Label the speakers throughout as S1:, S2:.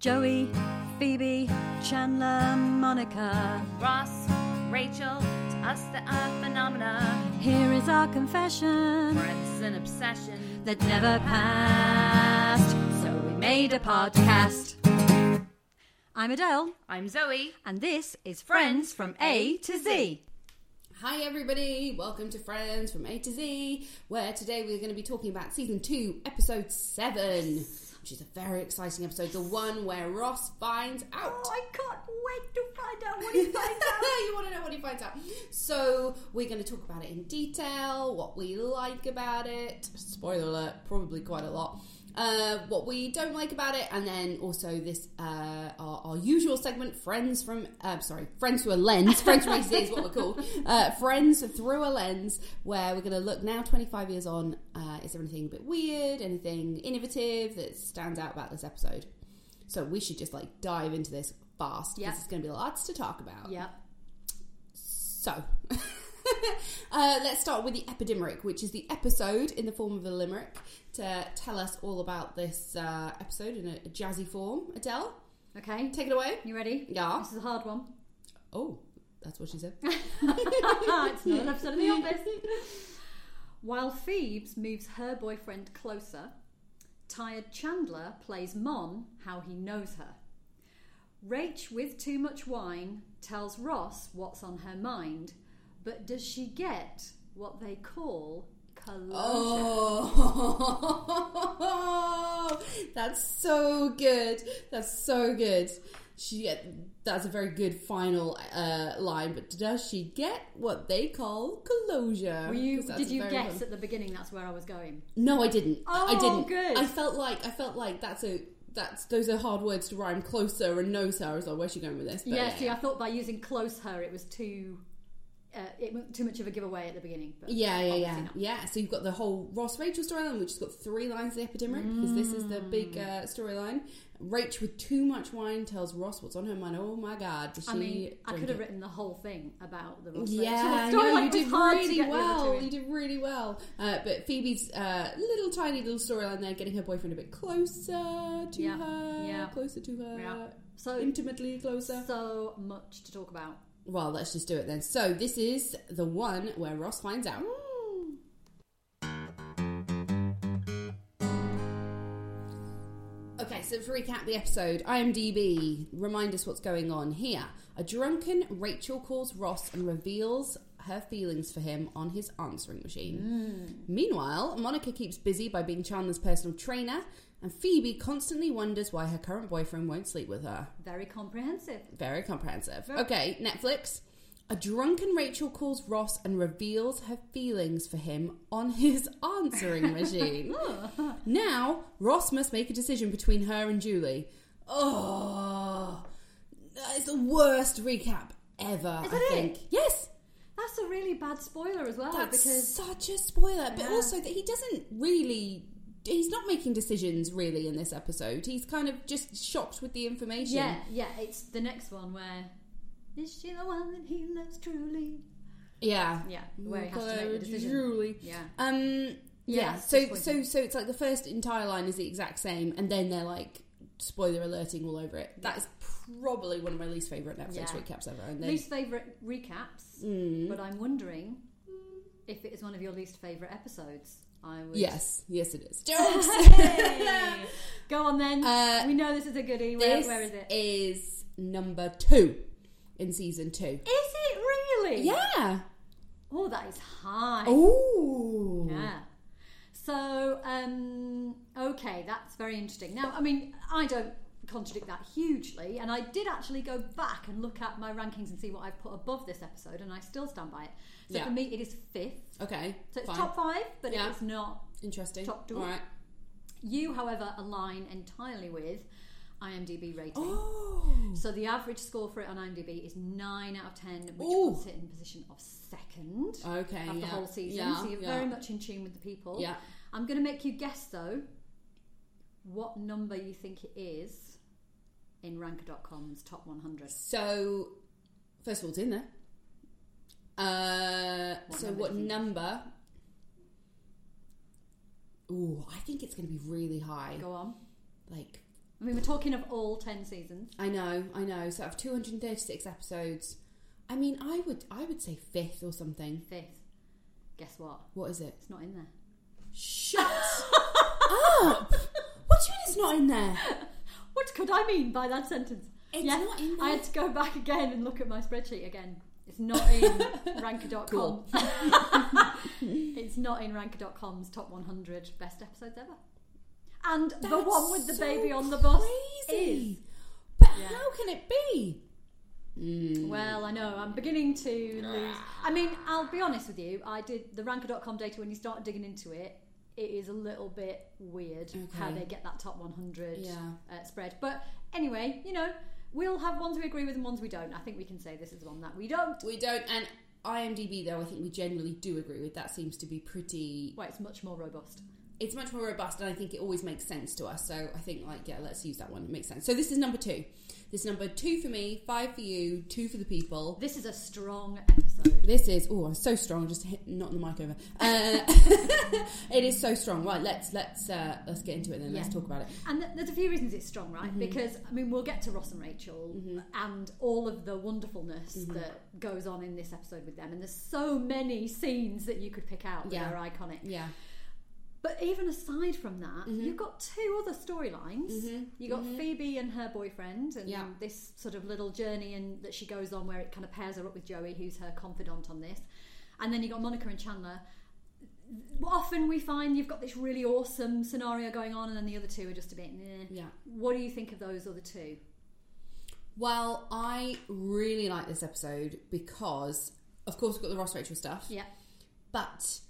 S1: Joey, Phoebe, Chandler, Monica.
S2: Ross, Rachel, to us that are phenomena.
S1: Here is our confession
S2: For it's an obsession.
S1: that never passed. So we made a podcast. I'm Adele,
S2: I'm Zoe.
S1: and this is Friends from A to Z.
S3: Hi, everybody. Welcome to Friends from A to Z, where today we're going to be talking about season two, episode seven, which is a very exciting episode. The one where Ross finds out.
S1: Oh, can't wait to find out what
S3: you want to know what he finds out. So, we're going to talk about it in detail, what we like about it. Spoiler alert, probably quite a lot. Uh, what we don't like about it, and then also this uh, our, our usual segment, friends from uh, sorry, friends through a lens, friends from A to Z is what we're called, uh, friends through a lens, where we're going to look now, twenty five years on, uh, is there anything a bit weird, anything innovative that stands out about this episode? So we should just like dive into this fast
S1: Yeah.
S3: because it's going to be lots to talk about.
S1: Yep.
S3: So, uh, let's start with the epidemic, which is the episode in the form of a limerick to tell us all about this uh, episode in a, a jazzy form. Adele,
S1: Okay.
S3: take it away.
S1: You ready?
S3: Yeah.
S1: This is a hard one.
S3: Oh, that's what she said.
S1: it's not an episode of The Office. While Phoebes moves her boyfriend closer, tired Chandler plays Mom how he knows her. Rach, with too much wine, tells Ross what's on her mind, but does she get what they call closure?
S3: Oh, that's so good. That's so good. She get, that's a very good final uh, line. But does she get what they call closure?
S1: Were you,
S3: 'Cause that's
S1: did you
S3: very
S1: guess
S3: fun.
S1: at the beginning that's where I was going?
S3: No, I didn't. I
S1: Oh,
S3: I didn't.
S1: good.
S3: I felt like I felt like that's a that's those are hard words to rhyme. Closer and knows her as well. Where's she going with this? But
S1: yeah, see, I thought by using close her, it was too. Uh, it was too much of a giveaway at the beginning. But
S3: Yeah, yeah,
S1: obviously
S3: yeah,
S1: not.
S3: yeah. So you've got the whole Ross Rachel storyline, which has got three lines of the epidemic because this is the big
S1: Mm.
S3: uh, storyline. Rach with too much wine tells Ross what's on her mind. Oh my god, does she?
S1: I mean, I
S3: drink
S1: could have
S3: it?
S1: written the whole thing about the Ross
S3: Yeah,
S1: Rachel story.
S3: no,
S1: like, it
S3: you
S1: was
S3: did
S1: hard to
S3: really
S1: get the other
S3: well.
S1: two in.
S3: You did really well. Uh, but Phoebe's uh, little tiny little storyline there, getting her boyfriend a bit closer to
S1: Yeah,
S3: her,
S1: yeah.
S3: closer to her,
S1: So,
S3: intimately closer.
S1: so much to talk about.
S3: Well, let's just do it then. So this is the one where Ross finds out. Okay, so to recap the episode, IMDb, remind us what's going on here. A drunken Rachel calls Ross and reveals her feelings for him on his answering machine. Meanwhile, Monica keeps busy by being Chandler's personal trainer, and Phoebe constantly wonders why her current boyfriend won't sleep with her.
S1: Very comprehensive.
S3: Very comprehensive. Okay, Netflix. A drunken Rachel calls Ross and reveals her feelings for him on his answering machine.
S1: Oh.
S3: now, Ross must make a decision between her and Julie. Oh, that is the worst recap ever,
S1: Is
S3: I
S1: that it?
S3: think. Yes!
S1: That's a really bad spoiler as well
S3: That's
S1: because
S3: such a spoiler, but
S1: Yeah.
S3: also that he doesn't really. He's not making decisions really in this episode. He's kind of just shocked with the information.
S1: yeah, yeah, it's the next one where is she the one that he loves truly?
S3: Yeah.
S1: Yeah, where he has to make the decision.
S3: Julie.
S1: Yeah,
S3: Um.
S1: Yeah,
S3: Yeah.
S1: it's
S3: so so
S1: disappointing.
S3: so it's like the first entire line is the exact same, and then they're like spoiler alerting all over it. That is probably one of my least favorite Netflix
S1: Yeah.
S3: recaps ever. And they, Mm.
S1: least favorite recaps. But I'm wondering if it is one of your least favorite episodes. I would
S3: yes, yes, it is. Jokes.
S1: Hey! Go on then.
S3: Uh,
S1: we know this is a goodie. Where,
S3: this
S1: where is it?
S3: is number two in season two.
S1: Is it really?
S3: Yeah. Oh.
S1: Oh, that is high.
S3: Ooh.
S1: Yeah. So, um, okay, that's very interesting. Now, I mean, I don't contradict that hugely, and I did actually go back and look at my rankings and see what I've put above this episode, and I still stand by it. So
S3: Yeah.
S1: for me, it is fifth.
S3: Okay.
S1: So it's
S3: fine.
S1: top five, but
S3: Yeah.
S1: it's not.
S3: Interesting.
S1: top two.
S3: All right.
S1: You, however, align entirely with IMDb rating.
S3: Oh.
S1: So the average score for it on IMDb is nine out of ten, which
S3: Ooh.
S1: puts it in position of second
S3: Okay.
S1: of the
S3: yeah.
S1: whole season.
S3: Yeah,
S1: so you're
S3: yeah.
S1: very much in tune with the people.
S3: Yeah.
S1: I'm going to make you guess though what number you think it is in ranker.com's top 100.
S3: So, first of all, it's in there. Uh,
S1: What
S3: so,
S1: number
S3: what
S1: do you think?
S3: number? Ooh, I think it's going to be really high.
S1: Go on.
S3: Like
S1: I mean, we're talking of all 10 seasons.
S3: I know, I know. So out of 236 episodes, I mean, I would, I would say fifth or something.
S1: Fifth. Guess what?
S3: What is it?
S1: It's not in there.
S3: Shut up! What do you mean it's not in there?
S1: What could I mean by that sentence?
S3: It's
S1: Yeah,
S3: not in there.
S1: I had to go back again and look at my spreadsheet again. It's not in ranker.com.
S3: Cool.
S1: it's not in ranker.com's top 100 best episodes ever. And the
S3: That's
S1: one with the
S3: so
S1: baby on the bus
S3: crazy.
S1: is.
S3: But
S1: Yeah.
S3: how can it be?
S1: Well, I know. I'm beginning to lose. I mean, I'll be honest with you. I did the ranker.com data when you start digging into it. It is a little bit weird how
S3: Okay.
S1: they get that top 100
S3: Yeah.
S1: uh, spread. But anyway, you know, we'll have ones we agree with and ones we don't. I think we can say this is one that we don't.
S3: We don't. And IMDb, though, I think we generally do agree with. That seems to be pretty.
S1: Well, it's much more robust.
S3: It's much more robust, and I think it always makes sense to us. So I think, like, yeah, let's use that one. It makes sense. So this is number two. This is number two for me, five for you, two for the people.
S1: This is a strong episode.
S3: This is oh, I'm so strong. Just hit not the mic over. Uh, it is so strong. Right, let's let's uh, let's get into it then. Let's
S1: Yeah.
S3: talk about it.
S1: And th- there's a few reasons it's strong,
S3: Mm-hmm.
S1: right? Because, I mean, we'll get to Ross and Rachel and all of the wonderfulness
S3: Mm-hmm.
S1: that goes on in this episode with them. And there's so many scenes that you could pick out that
S3: Yeah.
S1: are iconic.
S3: Yeah,
S1: But even aside from that,
S3: Mm-hmm.
S1: you've got two other storylines. You've got Phoebe and her boyfriend, and
S3: Yeah.
S1: this sort of little journey and that she goes on where it kind of pairs her up with Joey, who's her confidant on this. And then you've got Monica and Chandler. Often we find you've got this really awesome scenario going on, and then the other two are just a bit. Meh.
S3: yeah.
S1: What do you think of those other two?
S3: Well, I really like this episode because, of course, we've got the Ross Rachel stuff,
S1: Yeah,
S3: but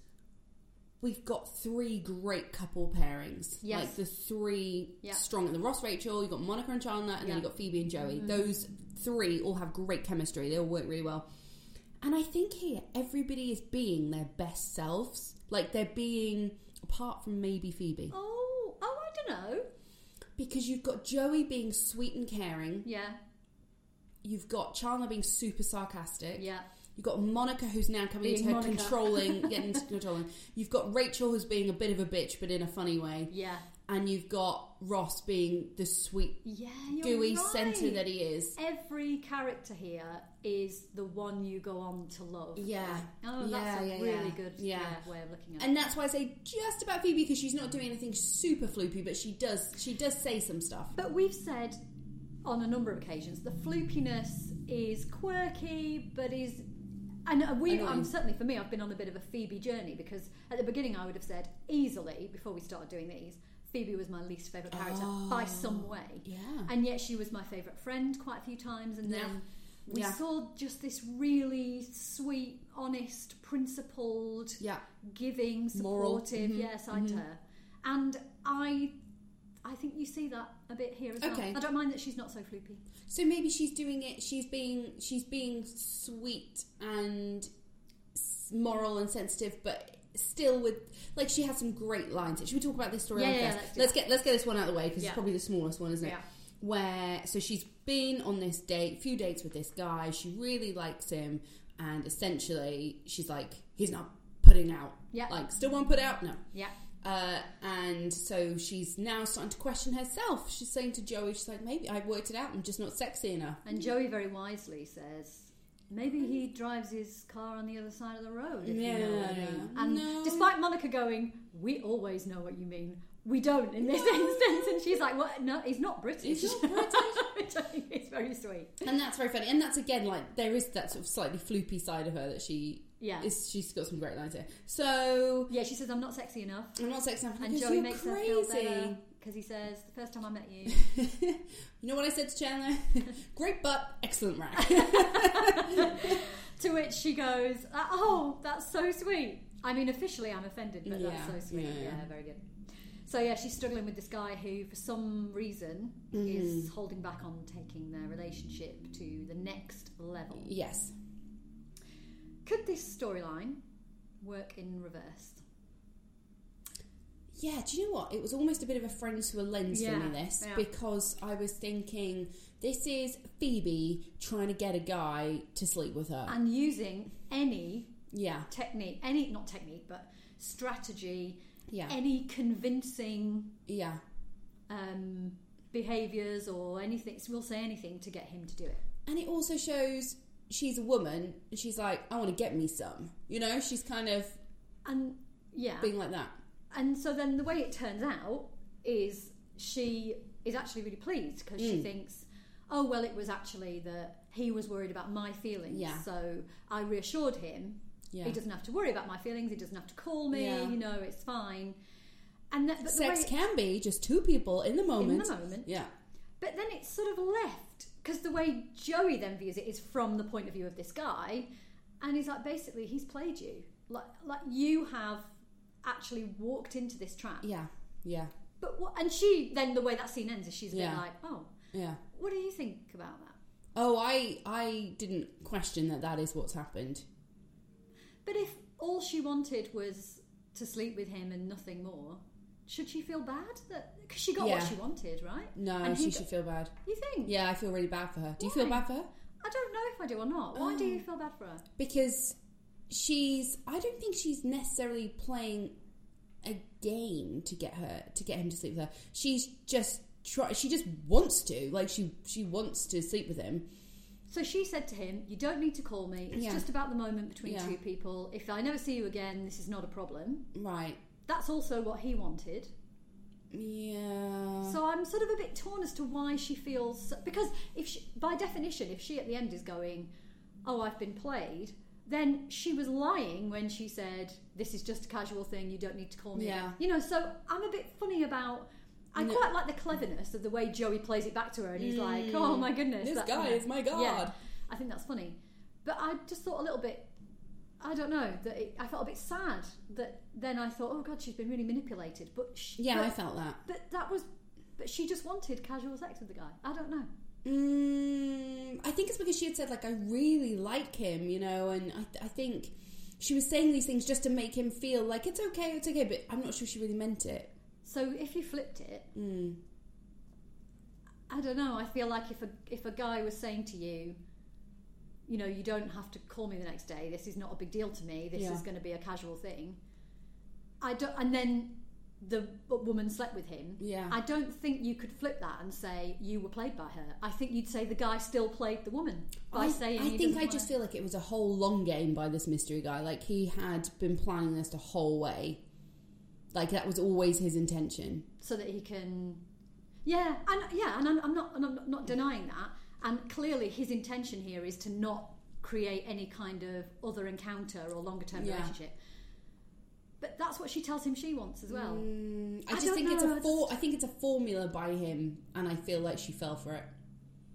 S3: we've got three great couple pairings.
S1: Yes.
S3: Like the three
S1: Yeah.
S3: strong. The Ross Rachel, you've got Monica and Chandler, and
S1: Yeah. Mm-hmm.
S3: then you've got Phoebe and Joey. Those three all have great chemistry, they all work really well. And I think here, everybody is being their best selves. Like they're being, apart from maybe Phoebe,
S1: Oh, oh, I don't know.
S3: because you've got Joey being sweet and caring,
S1: Yeah,
S3: you've got Chandler being super sarcastic.
S1: yeah,
S3: You've got Monica who's now coming
S1: Being
S3: into her
S1: Monica.
S3: controlling, getting into controlling. You've got Rachel who's being a bit of a bitch, but in a funny way,
S1: yeah,
S3: and you've got Ross being the sweet,
S1: yeah. You're
S3: gooey
S1: right.
S3: centre that he is.
S1: every character here is the one you go on to love.
S3: Yeah.
S1: Oh, that's
S3: Yeah,
S1: a
S3: yeah,
S1: really
S3: yeah.
S1: good
S3: Yeah.
S1: yeah, way of looking at it.
S3: And that's why I say just about Phoebe because she's not doing anything super floopy, but she does she does say some stuff.
S1: But we've said on a number of occasions the flookiness is quirky, but is and we
S3: Annoying.
S1: um, certainly for me I've been on a bit of a Phoebe journey because at the beginning I would have said easily before we started doing these Phoebe was my least favorite character by some way.
S3: Ah, Yeah,
S1: and yet she was my favourite friend quite a few times and then we
S3: Yeah.
S1: saw just this really sweet honest principled
S3: yeah,
S1: giving
S3: Moral.
S1: supportive
S3: Mhm.
S1: yeah side to her and i i think you see that a bit here as
S3: Okay.
S1: well i don't mind that she's not so floopy
S3: So maybe she's doing it. She's being she's being sweet and s- moral and sensitive, but still with like she has some great lines. Should we talk about this story
S1: Yeah,
S3: line
S1: yeah,
S3: first?
S1: let's
S3: Let's,
S1: do
S3: get let's get this one out of the way because
S1: Yeah.
S3: it's probably the smallest one, isn't it?
S1: Yeah.
S3: Where so she's been on this date, few dates with this guy. She really likes him, and essentially she's like, he's not putting out.
S1: Yeah.
S3: Like, still won't put out. No.
S1: yeah
S3: Uh, and so she's now starting to question herself. She's saying to Joey, she's like, maybe I've worked it out. I'm just not sexy enough.
S1: and joey very wisely says Maybe he drives his car on the other side of the road. If you know what I
S3: Yeah.
S1: mean. And
S3: No.
S1: despite Monica going, we always know what you mean. We don't in this instance. And she's like, "What? No, he's not British.
S3: He's not British.
S1: Which I think is very sweet.
S3: and that's very funny. And that's again like there is that sort of slightly floopy side of her that she
S1: Yeah.
S3: is. She's got some great lines here. So
S1: yeah, she says, I'm not sexy enough.
S3: I'm not sexy enough.
S1: And
S3: because
S1: Joey
S3: Oh you're
S1: makes
S3: crazy.
S1: her feel better because he says, The first time I met you.
S3: you know what I said to Chandler? great butt, excellent rack.
S1: to which she goes, uh, Oh, that's so sweet. I mean, officially, I'm offended, but
S3: Yeah,
S1: that's so sweet.
S3: yeah.
S1: Yeah. very good. So, yeah, she's struggling with this guy who, for some reason, is
S3: Mm.
S1: holding back on taking their relationship to the next level.
S3: yes.
S1: Could this storyline work in reverse?
S3: Yeah, do you know what? It was almost a bit of a friends through a lens for
S1: Yeah,
S3: me this
S1: yeah.
S3: because I was thinking this is Phoebe trying to get a guy to sleep with her.
S1: And using any
S3: yeah,
S1: technique, any, not technique, but strategy,
S3: yeah,
S1: any convincing
S3: yeah.
S1: um, behaviours or anything. We'll say anything to get him to do it.
S3: And it also shows she's a woman and she's like, I want to get me some. You know, she's kind of
S1: And yeah,
S3: being like that.
S1: and so then the way it turns out is she is actually really pleased because
S3: Hmm.
S1: she thinks, oh well, it was actually that he was worried about my feelings,
S3: Yeah.
S1: so I reassured him
S3: Yeah.
S1: He doesn't have to worry about my feelings. He doesn't have to call me.
S3: Yeah.
S1: You know, it's fine. And that, but the way
S3: Sex
S1: it-
S3: can be just two people in the moment.
S1: in the moment.
S3: Yeah.
S1: But then it's sort of left because the way Joey then views it is from the point of view of this guy, and he's like, basically, he's played you. Like, like you have actually walked into this trap.
S3: Yeah. Yeah.
S1: But what? And she then the way that scene ends is she's a bit
S3: Yeah.
S1: like, oh,
S3: Yeah.
S1: what do you think about that?
S3: Oh, I I didn't question that that is what's happened.
S1: But if all she wanted was to sleep with him and nothing more, should she feel bad that because she got
S3: Yeah.
S1: what she wanted, right?
S3: No,
S1: And he
S3: she
S1: go-
S3: should feel bad.
S1: You think?
S3: Yeah, I feel really bad for her. Do you feel
S1: Why?
S3: bad for her?
S1: I don't know if I do or not. Why do you
S3: Um.
S1: feel bad for her?
S3: Because she's I don't think she's necessarily playing a game to get her to get him to sleep with her. She's just try she just wants to. Like she she wants to sleep with him.
S1: So she said to him, "You don't need to call me. It's
S3: Yeah.
S1: just about the moment between
S3: Yeah.
S1: two people. If I never see you again, this is not a problem."
S3: Right.
S1: That's also what he wanted.
S3: Yeah.
S1: So I'm sort of a bit torn as to why she feels because if she, by definition, if she at the end is going, "Oh, I've been played," then she was lying when she said, "This is just a casual thing. You don't need to call me."
S3: Yeah.
S1: again." You know. So I'm a bit funny about. I
S3: No.
S1: quite like the cleverness of the way Joey plays it back to her, and he's like, "Oh my goodness,
S3: Mm. this
S1: that-
S3: guy
S1: yeah.
S3: is my god.
S1: Yeah, I think that's funny. But I just thought a little bit. I don't know that it, I felt a bit sad that then I thought, oh god, she's been really manipulated. But she,
S3: Yeah,
S1: but,
S3: I felt that.
S1: but that was, but she just wanted casual sex with the guy. I don't know.
S3: Mm, I think it's because she had said like I really like him, you know, and I, th- I think she was saying these things just to make him feel like it's okay, it's okay, but I'm not sure she really meant it.
S1: So if you flipped it,
S3: Mm.
S1: I don't know. I feel like if a if a guy was saying to you, you know, you don't have to call me the next day. This is not a big deal to me. This
S3: Yeah.
S1: is going to be a casual thing. I don't. And then the woman slept with him.
S3: Yeah,
S1: I don't think you could flip that and say you were played by her. I think you'd say the guy still played the woman by
S3: I,
S1: saying.
S3: I
S1: he
S3: think
S1: doesn't
S3: I just
S1: wanna-
S3: feel like it was a whole long game by this mystery guy. Like he had been planning this the whole way. Like that was always his intention.
S1: so that he can. Yeah, and yeah, and I'm, I'm not, and I'm not- not denying that. And clearly, his intention here is to not create any kind of other encounter or longer term
S3: Yeah.
S1: relationship. But that's what she tells him she wants as well.
S3: Mm, I
S1: I
S3: just
S1: don't
S3: think it's
S1: know,
S3: a
S1: I
S3: for, I think it's a formula by him, and I feel like she fell for it.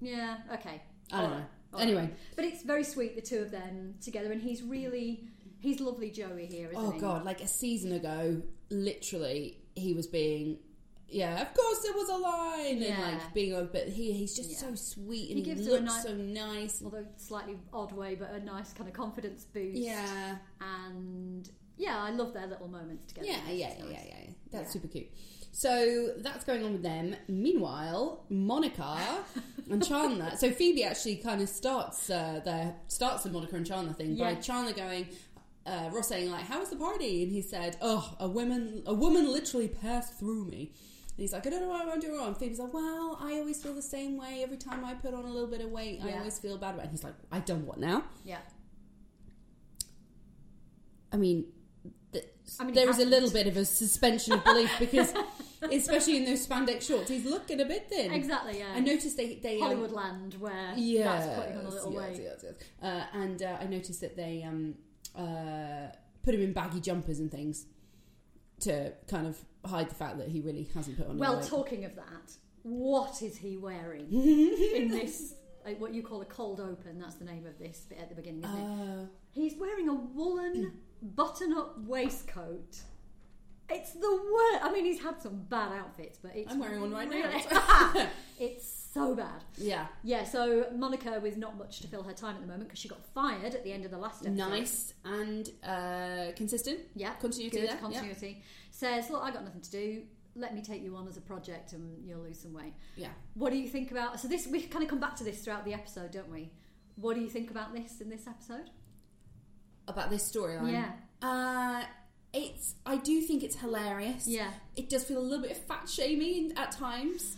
S1: Yeah. Okay.
S3: I don't
S1: All
S3: know.
S1: right, all
S3: Anyway,
S1: right. but it's very sweet the two of them together, and he's really, he's lovely, Joey here, isn't
S3: Oh
S1: he?
S3: god, like a season ago, literally he was being yeah, of course there was a line and
S1: Yeah.
S3: like being a but he he's just
S1: Yeah.
S3: so sweet and
S1: He
S3: he,
S1: gives her a ni-
S3: looks so nice.
S1: although slightly odd way, but a nice kind of confidence boost.
S3: Yeah.
S1: And yeah, I love their little moments together.
S3: Yeah, yeah, yeah,
S1: It's
S3: yeah,
S1: nice.
S3: yeah. That's
S1: Yeah.
S3: super cute. So that's going on with them. Meanwhile, Monica and Chandler. So Phoebe actually kind of starts uh, their starts the Monica and Chandler thing
S1: Yeah.
S3: by Chandler going, uh, Ross saying like, "How was the party?" And he said, "Oh, a woman, a woman literally passed through me." And he's like, "I don't know what I want to do wrong." And Phoebe's like, "Well, I always feel the same way. Every time I put on a little bit of weight, I
S1: Yeah.
S3: always feel bad about." It. And he's like, "I done what now?"
S1: Yeah.
S3: I mean, th-
S1: I mean, it
S3: there was a little
S1: happened.
S3: bit of a suspension of belief because, especially in those spandex shorts, he's looking a bit thin.
S1: Exactly, yeah.
S3: I noticed they they um,
S1: Hollywood land where
S3: yeah,
S1: that's putting on a little
S3: yes,
S1: weight.
S3: yes, yes. Uh, and uh, I noticed that they um, uh, put him in baggy jumpers and things to kind of hide the fact that he really hasn't put on. any
S1: Well,
S3: weight.
S1: talking of that, what is he wearing in this? uh, What you call a cold open, that's the name of this bit at the beginning, isn't it?
S3: Uh,
S1: He's wearing a woolen button up waistcoat. It's the worst. I mean, he's had some bad outfits, but it's.
S3: I'm wearing one right now.
S1: really- it's so bad.
S3: yeah,
S1: Yeah, so Monica with not much to fill her time at the moment because she got fired at the end of the last episode.
S3: nice and uh, consistent.
S1: Yeah.
S3: Continuity
S1: Good
S3: there, yeah.
S1: continuity. Says, look, I got nothing to do. Let me take you on as a project and you'll lose some weight.
S3: Yeah.
S1: What do you think about so this we kind of come back to this throughout the episode, don't we? What do you think about this in this episode?
S3: About this storyline.
S1: Yeah.
S3: Uh, it's. I do think it's hilarious.
S1: Yeah.
S3: It does feel a little bit fat shaming at times.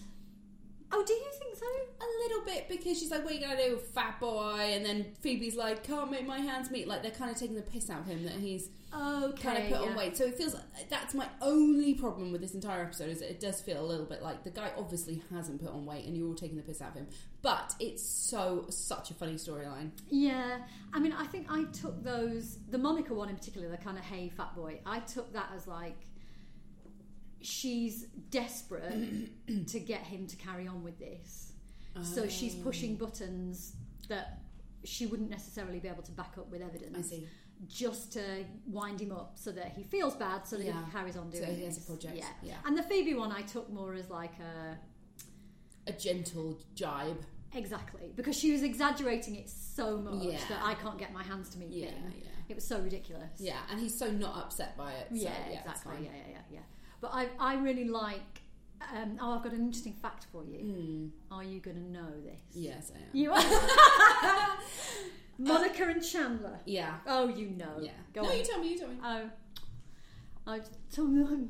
S1: Oh, do you think so?
S3: A little bit because she's like, "What are you gonna do, fat boy?" And then Phoebe's like, "Can't make my hands meet." Like they're kind of taking the piss out of him that he's
S1: Okay.
S3: kind of put
S1: yeah.
S3: on weight. So it feels that's my only problem with this entire episode is that it does feel a little bit like the guy obviously hasn't put on weight, and you're all taking the piss out of him. But it's so such a funny storyline.
S1: Yeah, I mean, I think I took those, the Monica one in particular, the kind of hey fat boy. I took that as like she's desperate to get him to carry on with this, so she's pushing
S3: Oh.
S1: buttons that she wouldn't necessarily be able to back up with evidence.
S3: I see.
S1: Just to wind him up so that he feels bad, so that
S3: Yeah.
S1: he carries on
S3: So
S1: doing.
S3: he has a
S1: this.
S3: project,
S1: Yeah.
S3: yeah.
S1: And the Phoebe one I took more as like a
S3: A gentle jibe.
S1: exactly because she was exaggerating it so much
S3: Yeah.
S1: that I can't get my hands to meet
S3: Yeah,
S1: him.
S3: yeah,
S1: It was so ridiculous.
S3: yeah. And he's so not upset by it. So,
S1: Yeah,
S3: yeah, it's
S1: exactly.
S3: fine.
S1: Yeah, yeah, yeah, yeah. But I, I really like. Um, oh, I've got an interesting fact for you.
S3: Hmm.
S1: Are you going to know this?
S3: Yes, I am.
S1: You are. Monica and Chandler.
S3: Yeah.
S1: Oh, you know.
S3: Yeah.
S1: Go
S3: no,
S1: on.
S3: you tell me. You tell me.
S1: oh, I tell me.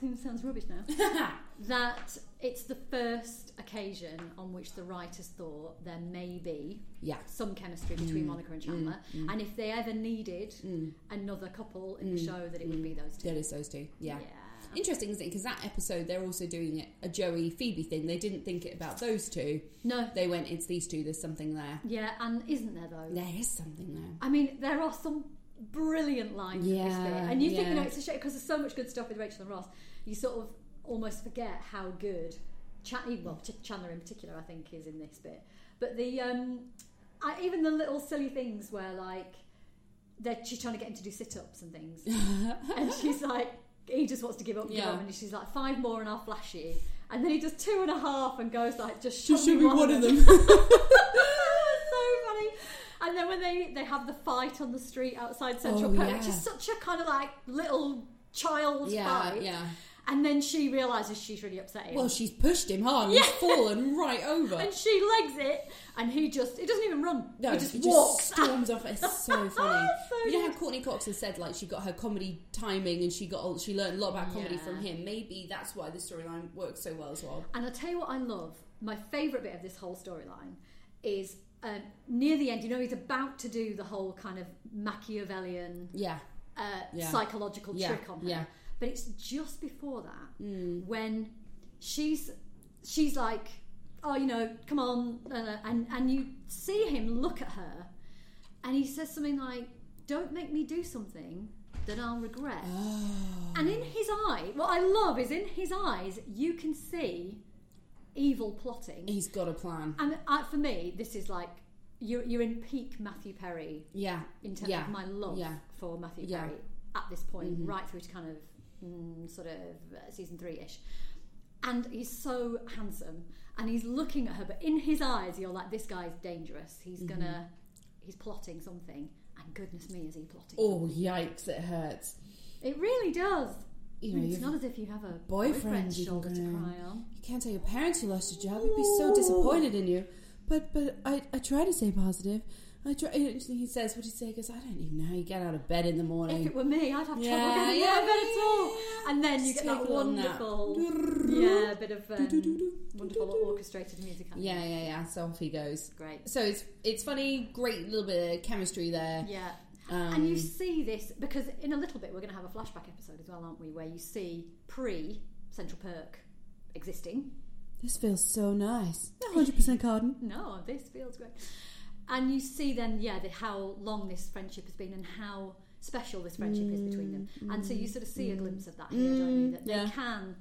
S1: Seems sounds rubbish now. that it's the first occasion on which the writers thought there may be
S3: yeah.
S1: some chemistry
S3: Mm,
S1: between Monica and Chandler, and if they ever needed another couple in the show, that it would be those two.
S3: Mm, That Mm, is those two. Yeah.
S1: yeah.
S3: Interesting, isn't it? Because that episode, they're also doing it a Joey Phoebe thing. They didn't think it about those two.
S1: No.
S3: They went, it's these two. There's something there.
S1: Yeah, and isn't there though?
S3: There is something there.
S1: I mean, there are some brilliant lines. in this
S3: Yeah,
S1: bit. and you think you know
S3: yeah.
S1: it's a shame because there's so much good stuff with Rachel and Ross. You sort of almost forget how good, Ch- well, Ch- Chandler in particular, I think, is in this bit. But the um, I, even the little silly things where like that she's trying to get him to do sit-ups and things, and she's like, he just wants to give up, give
S3: Yeah.
S1: up, and she's like, five more and I'll flash you. And then he does two and a half and goes like, just show
S3: Just show
S1: me
S3: me one of them.
S1: so funny. And then when they, they have the fight on the street outside Central
S3: Oh,
S1: Park,
S3: yeah.
S1: which is such a kind of like little child
S3: yeah,
S1: fight.
S3: yeah.
S1: And then she realises she's really upset him.
S3: Well, she's pushed him hard. and He's fallen right over.
S1: and she legs it, and he just, it doesn't even run.
S3: No,
S1: he just
S3: he
S1: walks.
S3: storms off. It's so funny.
S1: So
S3: you know how
S1: good.
S3: Courtney Cox has said like she got her comedy timing and she got all, she learned a lot about comedy
S1: Yeah.
S3: from him. Maybe that's why the storyline works so well as well.
S1: And I'll tell you what I love, my favourite bit of this whole storyline is um, near the end, you know, he's about to do the whole kind of Machiavellian
S3: Yeah,
S1: uh,
S3: Yeah.
S1: psychological
S3: Yeah,
S1: trick on her.
S3: yeah. Mm.
S1: But it's just before that when she's she's like, oh, you know, come on, uh, and and you see him look at her, and he says something like, "Don't make me do something that I'll regret."
S3: Uh. Oh.
S1: And in his eye, what I love is in his eyes, you can see evil plotting.
S3: he's got a plan.
S1: And uh, for me, this is like you're, you're in peak Matthew Perry
S3: Yeah,
S1: in terms
S3: yeah.
S1: of my love
S3: Yeah.
S1: for Matthew
S3: Yeah. Mm-hmm.
S1: Perry at this point, right through to kind of mm, sort of uh, season three ish. And he's so handsome, and he's looking at her, but in his eyes, you're like, this guy's dangerous. He's
S3: Mm-hmm.
S1: gonna, he's plotting something. And goodness me, is he plotting?
S3: Oh yikes! It hurts.
S1: It really does.
S3: You
S1: I mean,
S3: know,
S1: it's
S3: you've-
S1: not as if you have a
S3: boyfriend you can
S1: shoulder to
S3: go.
S1: cry on.
S3: You can't tell your parents you lost your job. They'd be so disappointed in you. But but I, I try to stay positive. I try. He says what he say. He goes, I don't even know how you get out of bed in the
S1: If
S3: morning.
S1: it were me, I'd have trouble
S3: Yeah,
S1: getting
S3: yeah,
S1: out of bed
S3: yeah,
S1: at all.
S3: yeah.
S1: And then you
S3: Just
S1: get
S3: take
S1: that
S3: a little nap.
S1: wonderful, yeah, bit of um, wonderful orchestrated music. I think.
S3: Yeah, yeah, yeah. So off he goes.
S1: great.
S3: So it's it's funny. Great little bit of chemistry there.
S1: Yeah.
S3: Um,
S1: and you see this because in a little bit we're going to have a flashback episode as well, aren't we? Where you see pre Central Perk existing.
S3: This feels so nice. 100% garden.
S1: No, this feels great. And you see then, yeah, the, how long this friendship has been and how special this friendship is between them. And so you sort of see a glimpse of that here, don't you? That
S3: Mm-hmm. yeah.
S1: they can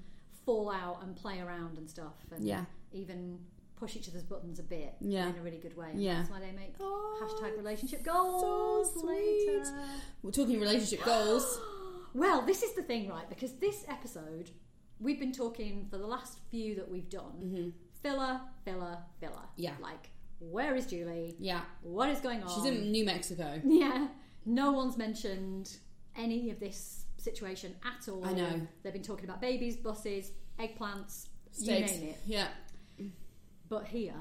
S1: fall out and play around and stuff, and
S3: Yeah.
S1: even push each other's buttons a bit
S3: Yeah.
S1: in a really good way. And
S3: Yeah.
S1: that's why they make
S3: Oh,
S1: hashtag relationship goals
S3: sweet.
S1: later.
S3: We're talking relationship goals.
S1: Well, this is the thing, right? Because this episode, we've been talking for the last few that we've done filler, filler, filler.
S3: Mm-hmm. Yeah.
S1: Like, where is Julie?
S3: Yeah.
S1: What is going on?
S3: She's in New Mexico.
S1: Yeah. No one's mentioned any of this situation at all.
S3: I know.
S1: They've been talking about babies, buses, eggplants,
S3: Steaks. Mm.
S1: you name it.
S3: Yeah.
S1: But here,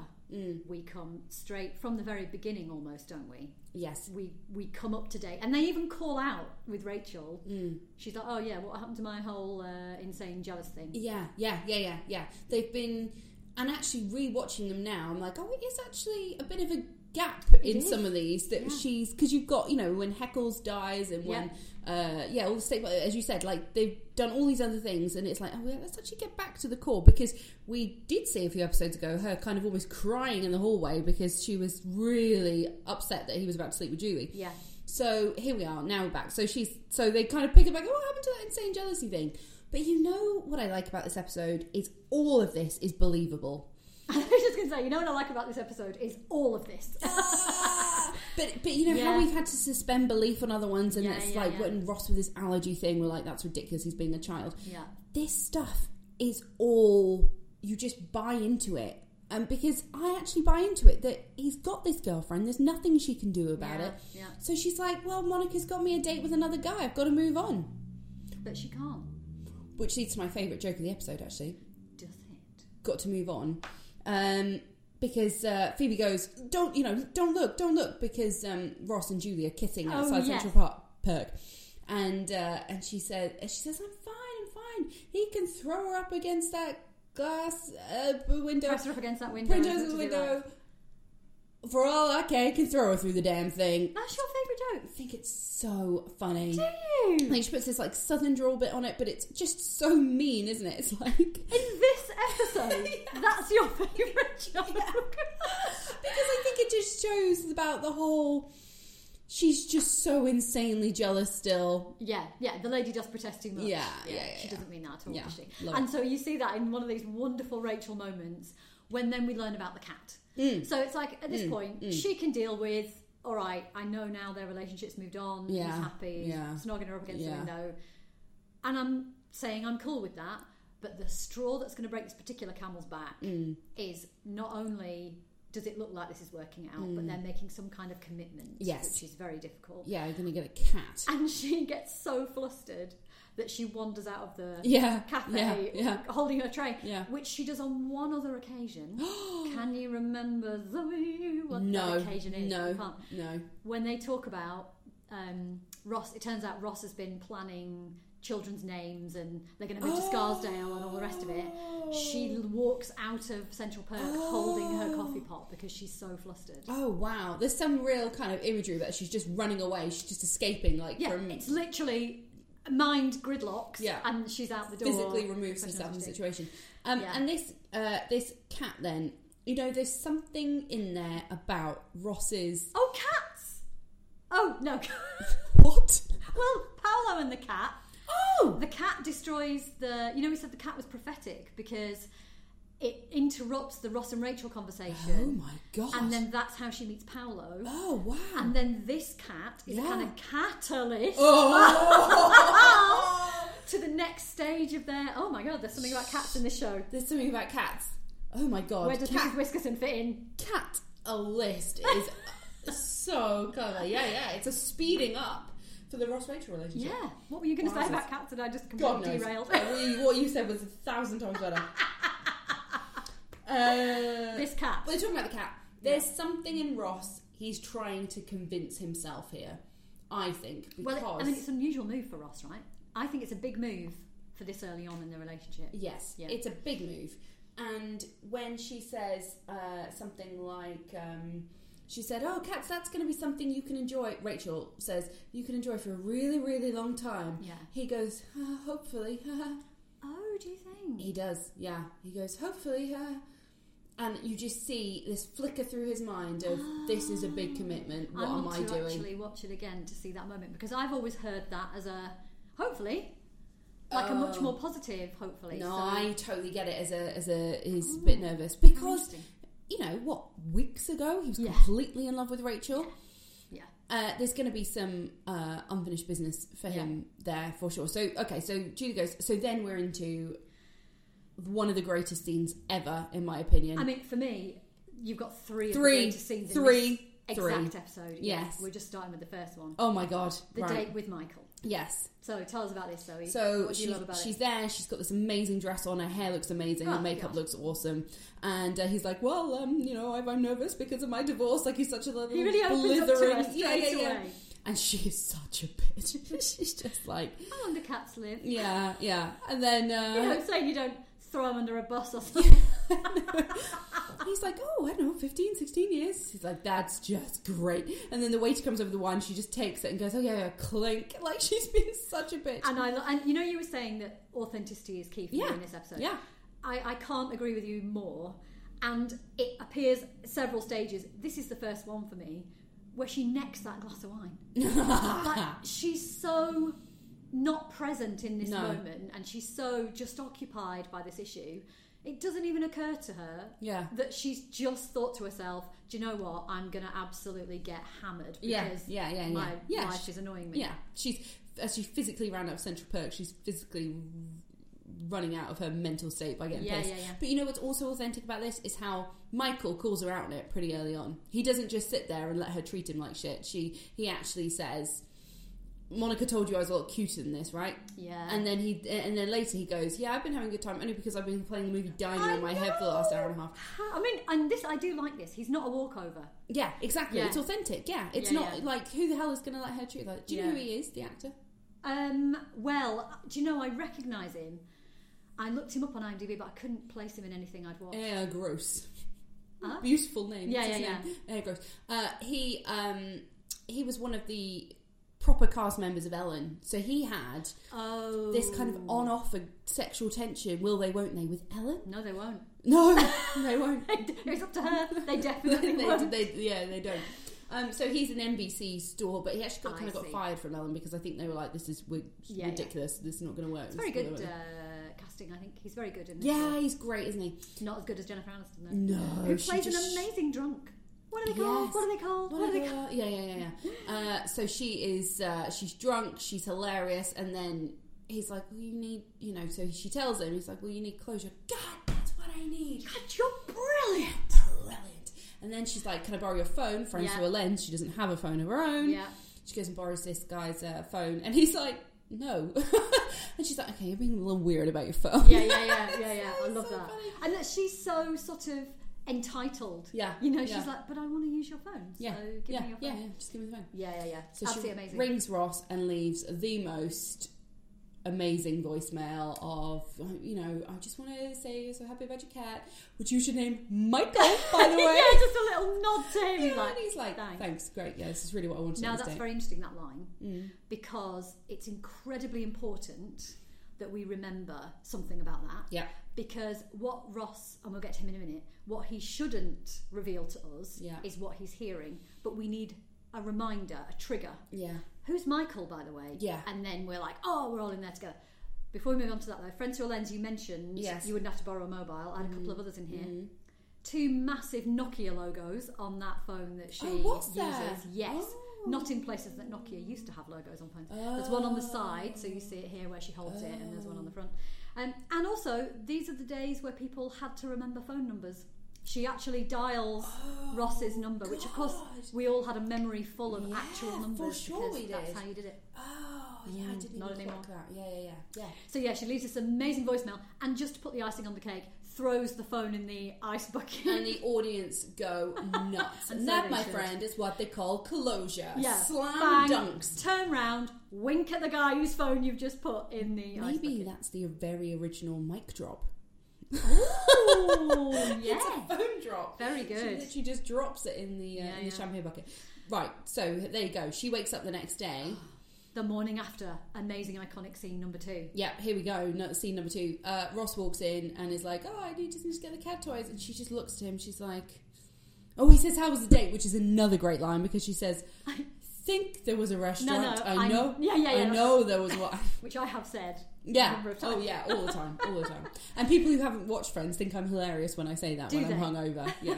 S1: we come straight from the very beginning almost, don't we?
S3: Yes.
S1: we we come up to date and they even call out with Rachel
S3: Mm.
S1: she's like oh yeah what happened to my whole uh, insane jealous thing
S3: Yeah, yeah, yeah, yeah, yeah. They've been and actually rewatching them now, I'm like, oh, it is actually a bit of a gap in
S1: is.
S3: some of these that
S1: Yeah.
S3: she's because you've got you know when Heckles dies and when uh, yeah all the state as you said like they've done all these other things and it's like oh yeah let's actually get back to the core because we did see a few episodes ago her kind of almost crying in the hallway because she was really upset that he was about to sleep with Julie
S1: Yeah.
S3: so here we are. Now we're back. So she's so they kind of pick it back. Oh, what happened to that insane jealousy thing? But you know what I like about this episode is all of this is believable.
S1: I was just going to say, you know what I like about this episode is all of this.
S3: But but you know how
S1: Yeah.
S3: we've had to suspend belief on other ones, and
S1: Yeah,
S3: that's
S1: yeah,
S3: like
S1: yeah.
S3: when Ross with his allergy thing, we're like, that's ridiculous. He's being a child.
S1: yeah.
S3: This stuff is all you just buy into it. And because I actually buy into it that he's got this girlfriend, there's nothing she can do about
S1: yeah,
S3: it.
S1: Yeah.
S3: So she's like, Well, Monica's got me a date with another guy, I've got to move on.
S1: But she can't.
S3: which leads to my favourite joke of the episode actually
S1: Does it?
S3: got to move on um, because uh, phoebe goes don't you know don't look don't look because um, ross and julie are kissing
S1: Oh,
S3: outside
S1: yes.
S3: central park perk and uh, and she says she says i'm fine i'm fine he can throw her up against that glass uh, b- window
S1: Press her up against that window.
S3: windows
S1: isn't
S3: of
S1: it, to
S3: the
S1: be
S3: window
S1: like-
S3: for all i care can throw her through the damn thing
S1: That's your favourite
S3: i think it's so funny
S1: joke. Do you?
S3: like she puts this like southern drawl bit on it but it's just so mean isn't it it's like
S1: In this episode, that's your favourite joke.
S3: because I think it just shows about the whole. She's just so insanely jealous still.
S1: Yeah, yeah, the lady does protest too much.
S3: Yeah, yeah, yeah,
S1: She
S3: yeah.
S1: doesn't mean that at all,
S3: Yeah,
S1: does she?
S3: love
S1: and so you see that in one of these wonderful Rachel moments when then we learn about the cat.
S3: Hmm.
S1: So it's like at this point, she can deal with, all right, I know now their relationship's moved on,
S3: Yeah,
S1: he's happy,
S3: yeah.
S1: he's snogging her up against
S3: Yeah.
S1: the window. And I'm saying I'm cool with that, but the straw that's going to break this particular camel's back
S3: Hmm.
S1: is not only does it look like this is working out, but they're making some kind of commitment,
S3: Hmm. Yes.
S1: which is very difficult.
S3: Yeah, you're gonna get a cat.
S1: And she gets so flustered that she wanders out of the
S3: Yeah,
S1: cafe Oh
S3: Yeah, yeah.
S1: holding her tray,
S3: Yeah.
S1: which she does on one other occasion. Can you remember the what
S3: no,
S1: that occasion is?
S3: no,
S1: You can't.
S3: no.
S1: When they talk about um, Ross, it turns out Ross has been planning children's names and they're going to move to Scarsdale and all the rest of it.
S3: Oh.
S1: She l- walks out of Central Perk holding her coffee pot because she's so flustered.
S3: Oh wow, there's some real kind of imagery that she's just running away. She's just escaping, like
S1: Yeah,
S3: from
S1: it's literally mind gridlocks.
S3: Yeah.
S1: and she's out the door.
S3: physically removes herself from the
S1: Question
S3: situation. Um,
S1: Yeah.
S3: And this uh, this cat then, you know, there's something in there about Ross's
S1: Oh, cats! Oh no!
S3: what?
S1: well, Paolo and the cat.
S3: Oh,
S1: The cat destroys the. You know, we said the cat was prophetic because it interrupts the Ross and Rachel
S3: oh
S1: conversation,
S3: my god!
S1: and then that's how she meets Paolo.
S3: oh wow!
S1: And then this cat is a
S3: Yeah.
S1: kind of catalyst
S3: oh.
S1: to the next stage of their. Oh my god, there's something about cats in this show.
S3: There's something about cats. Oh my god.
S1: Where does
S3: cat,
S1: Mrs. Whiskerson fit in?
S3: cat a list is so clever. Yeah, yeah. It's a speeding up for the Ross Rachel relationship.
S1: Yeah. What were you going to say
S3: Wowzers.
S1: about cats? And I just
S3: God
S1: completely derailed.
S3: knows. Uh, we- what you said was a thousand times better. uh,
S1: this cat.
S3: we're talking about the cat. There's something in Ross. He's trying to convince himself here. I think because
S1: Well, I mean, it's an unusual move for Ross, right? I think it's a big move for this early on in the relationship.
S3: Yes,
S1: Yeah.
S3: it's a big move. And when she says uh, something like, um, she said, "Oh, cats, that's going to be something you can enjoy." Rachel says, "You can enjoy for a really, really long time."
S1: Yeah.
S3: He goes, "Uh, "Hopefully."
S1: Oh, do you think?
S3: he does. Yeah. He goes, "Hopefully." Uh. And you just see this flicker through his mind of, "This is a big commitment. What
S1: I
S3: am
S1: want
S3: I
S1: to
S3: doing?"
S1: actually watch it again to see that moment because I've always heard that as a hopefully, like a much
S3: Oh.
S1: more positive hopefully.
S3: No,
S1: so,
S3: I totally get it. As a as a he's a bit nervous because
S1: interesting.
S3: you know what weeks ago he was
S1: Yeah.
S3: completely in love with Rachel.
S1: yeah,
S3: Uh, there's going to be some uh, unfinished business for him there for sure. So okay, so Julie goes. So then we're into one of the greatest scenes ever, in my opinion.
S1: I mean, for me, you've got three, of the
S3: Three,
S1: greatest scenes in
S3: three,
S1: this
S3: three.
S1: exact episode.
S3: Yes.
S1: we're just starting with the first one,
S3: oh my god!
S1: the
S3: right.
S1: date with Michael.
S3: Yes.
S1: So tell us about this, Zoe.
S3: So
S1: what do you
S3: she's,
S1: love about
S3: she's
S1: it?
S3: there. She's got this amazing dress on. Her hair looks amazing.
S1: Oh,
S3: her makeup
S1: gosh.
S3: looks awesome. And uh, he's like, "Well, um, you know, I'm, I'm nervous because of my divorce. Like he's such a little
S1: He really opens up
S3: blithering,
S1: to us
S3: yeah, yeah,
S1: straight
S3: yeah."
S1: away.
S3: And she is such a bitch. she's just like,
S1: How long do cats live?
S3: yeah, yeah. And then uh,
S1: You know, saying you don't throw them under a bus or something.
S3: like, oh, I don't know, 15, 16 years. He's like, that's just great. And then the waiter comes over the wine, she just takes it and goes, oh, yeah, yeah, clink. Like, she's been such a bitch.
S1: And I lo- and you know you were saying that authenticity is key for you
S3: Yeah.
S1: in this episode.
S3: Yeah.
S1: I, I can't agree with you more. And it appears several stages. This is the first one for me where she necks that glass of wine. like she's so not present in this
S3: No.
S1: moment and she's so just occupied by this issue. It doesn't even occur to her
S3: yeah.
S1: that she's just thought to herself, do you know what? I'm going to absolutely get hammered
S3: Yeah,
S1: because
S3: yeah, yeah, yeah.
S1: my
S3: yeah,
S1: wife
S3: she-
S1: is annoying me.
S3: yeah. She's as she physically ran out of Central Perk, she's physically running out of her mental state by getting
S1: Yeah,
S3: pissed.
S1: yeah, yeah.
S3: But you know what's also authentic about this is how Michael calls her out on it pretty early on. He doesn't just sit there and let her treat him like shit. She he actually says, "Monica told you I was a lot cuter than this, right?"
S1: Yeah.
S3: And then he and then later he goes, "Yeah, I've been having a good time only because I've been playing the movie Diner
S1: I
S3: in my head for the last
S1: know.
S3: hour and a half."
S1: I mean, and this I do like this. He's not a walkover.
S3: Yeah, exactly.
S1: Yeah.
S3: It's authentic. Yeah, it's
S1: Yeah,
S3: not
S1: yeah.
S3: like who the hell is going to let her treat her like? Do you know who
S1: Yeah.
S3: he is? The actor.
S1: Um, well, do you know I recognise him? I looked him up on IMDb, but I couldn't place him in anything I'd watched.
S3: Air Gross.
S1: Huh?
S3: Beautiful name.
S1: Yeah,
S3: What's his
S1: yeah,
S3: name? Air Gross. Uh, he um, he was one of the proper cast members of Ellen, so he had
S1: Oh,
S3: Uh, this kind of on-off sexual tension. Will they? Won't they? With Ellen?
S1: No, they won't.
S3: No, they won't.
S1: it's up to her. They
S3: they,
S1: definitely
S3: they,
S1: won't.
S3: they, yeah, they don't. Um, so he's an NBC store, but he actually got,
S1: I
S3: kind of got
S1: see.
S3: fired from Ellen because I think they were like, "This is wi-
S1: Yeah, yeah.
S3: ridiculous. This is not going to work."
S1: It's very
S3: This is not
S1: good
S3: gonna work."
S1: uh, casting. I think he's very good in this.
S3: Yeah,
S1: role.
S3: he's great, isn't he?
S1: not as good as Jennifer Aniston though.
S3: No,
S1: Who
S3: she
S1: plays an
S3: just-
S1: amazing drunk? What are they called?
S3: Yes.
S1: What are they called? What, are they called?
S3: Whatever. Yeah, yeah, yeah. yeah. Uh, so she is. Uh, she's drunk. She's hilarious, and then he's like, "Well, you need, you know." So she tells him, "He's like, well, you need closure." God, that's what I need.
S1: God, you're brilliant.
S3: Brilliant. And then she's like, "Can I borrow your phone?" Phone
S1: Yeah.
S3: through a lens. She doesn't have a phone of her own.
S1: Yeah.
S3: She goes and borrows this guy's uh, phone, and he's like, "No." and she's like, "Okay, you're being a little weird about your phone."
S1: yeah, yeah, yeah, yeah, yeah. I love
S3: so
S1: that.
S3: funny.
S1: And that she's so sort of entitled.
S3: Yeah,
S1: You know,
S3: yeah.
S1: she's like, but I want to use your phone. So
S3: Yeah,
S1: give
S3: yeah,
S1: me your
S3: yeah,
S1: phone.
S3: yeah. Just give me the phone.
S1: Yeah, yeah, yeah.
S3: So
S1: Absolutely
S3: she
S1: amazing.
S3: rings Ross and leaves the most amazing voicemail of, you know, I just want to say you're so happy about your cat, which you should name Michael, by the way.
S1: yeah, just a little nod to him.
S3: You
S1: he's
S3: know,
S1: like,
S3: and he's like, thanks.
S1: thanks.
S3: great, yeah, this is really what I wanted
S1: Now
S3: on this
S1: that's
S3: date.
S1: very interesting that line
S3: Mm.
S1: because it's incredibly important that we remember something about that.
S3: Yeah,
S1: Because what Ross, and we'll get to him in a minute, what he shouldn't reveal to us
S3: Yeah.
S1: is what he's hearing, but we need a reminder, a trigger.
S3: yeah,
S1: Who's Michael, by the way?
S3: Yeah.
S1: And then we're like, oh, we're all in there together. Before we move on to that, though, Friends Through a Lens, you mentioned
S3: Yes. Mm.
S1: you wouldn't have to borrow a mobile. I had a couple of others in here. Two massive Nokia logos on that phone that she
S3: Oh,
S1: uses.
S3: was there?
S1: Yes.
S3: Oh.
S1: Not in places that Nokia used to have logos on phones. There's one on the side, so you see it here where she holds it, and there's one
S3: Oh.
S1: on the front. Um, and also, these are the days where people had to remember phone numbers. She actually dials Ross's number, which of course
S3: God.
S1: we all had a memory full of
S3: Yeah,
S1: actual
S3: for
S1: numbers
S3: sure
S1: because
S3: we
S1: that's
S3: did.
S1: how you did it.
S3: Oh, yeah, I didn't
S1: Mm, not
S3: even
S1: anymore.
S3: clock that. Yeah, yeah, yeah,
S1: So yeah, she leaves this amazing voicemail, and just to put the icing on the cake, throws the phone in the ice bucket.
S3: yeah. And the audience go nuts.
S1: And
S3: and
S1: so
S3: that,
S1: they
S3: my
S1: should.
S3: friend, is what they call closure.
S1: yeah,
S3: Slam
S1: bang,
S3: dunks.
S1: Turn round, wink at the guy whose phone you've just put in the ice
S3: Maybe
S1: bucket.
S3: that's the very original mic drop.
S1: Ooh,
S3: It's
S1: yeah,
S3: a phone drop.
S1: very
S3: She
S1: good.
S3: literally just drops it in the uh,
S1: Yeah,
S3: in the
S1: yeah.
S3: champagne bucket. Right, so there you go. She wakes up the next day.
S1: The morning after, amazing iconic scene number two.
S3: Yeah, here we go. No, scene number two. Uh, Ross walks in and is like, "Oh, I do just need to get the cat toys," and she just looks to him. She's like, "Oh," he says, "How was the date?" Which is another great line because she says, "I think there was a restaurant. I,
S1: I'm-
S3: know,
S1: Yeah, yeah, yeah.
S3: I know there was one."
S1: Which I have said.
S3: Yeah.
S1: number of
S3: Oh,
S1: times.
S3: yeah. All the time. All the time. And people who haven't watched Friends think I'm hilarious when I say that
S1: Do
S3: when I'm
S1: they?
S3: hungover. Yeah.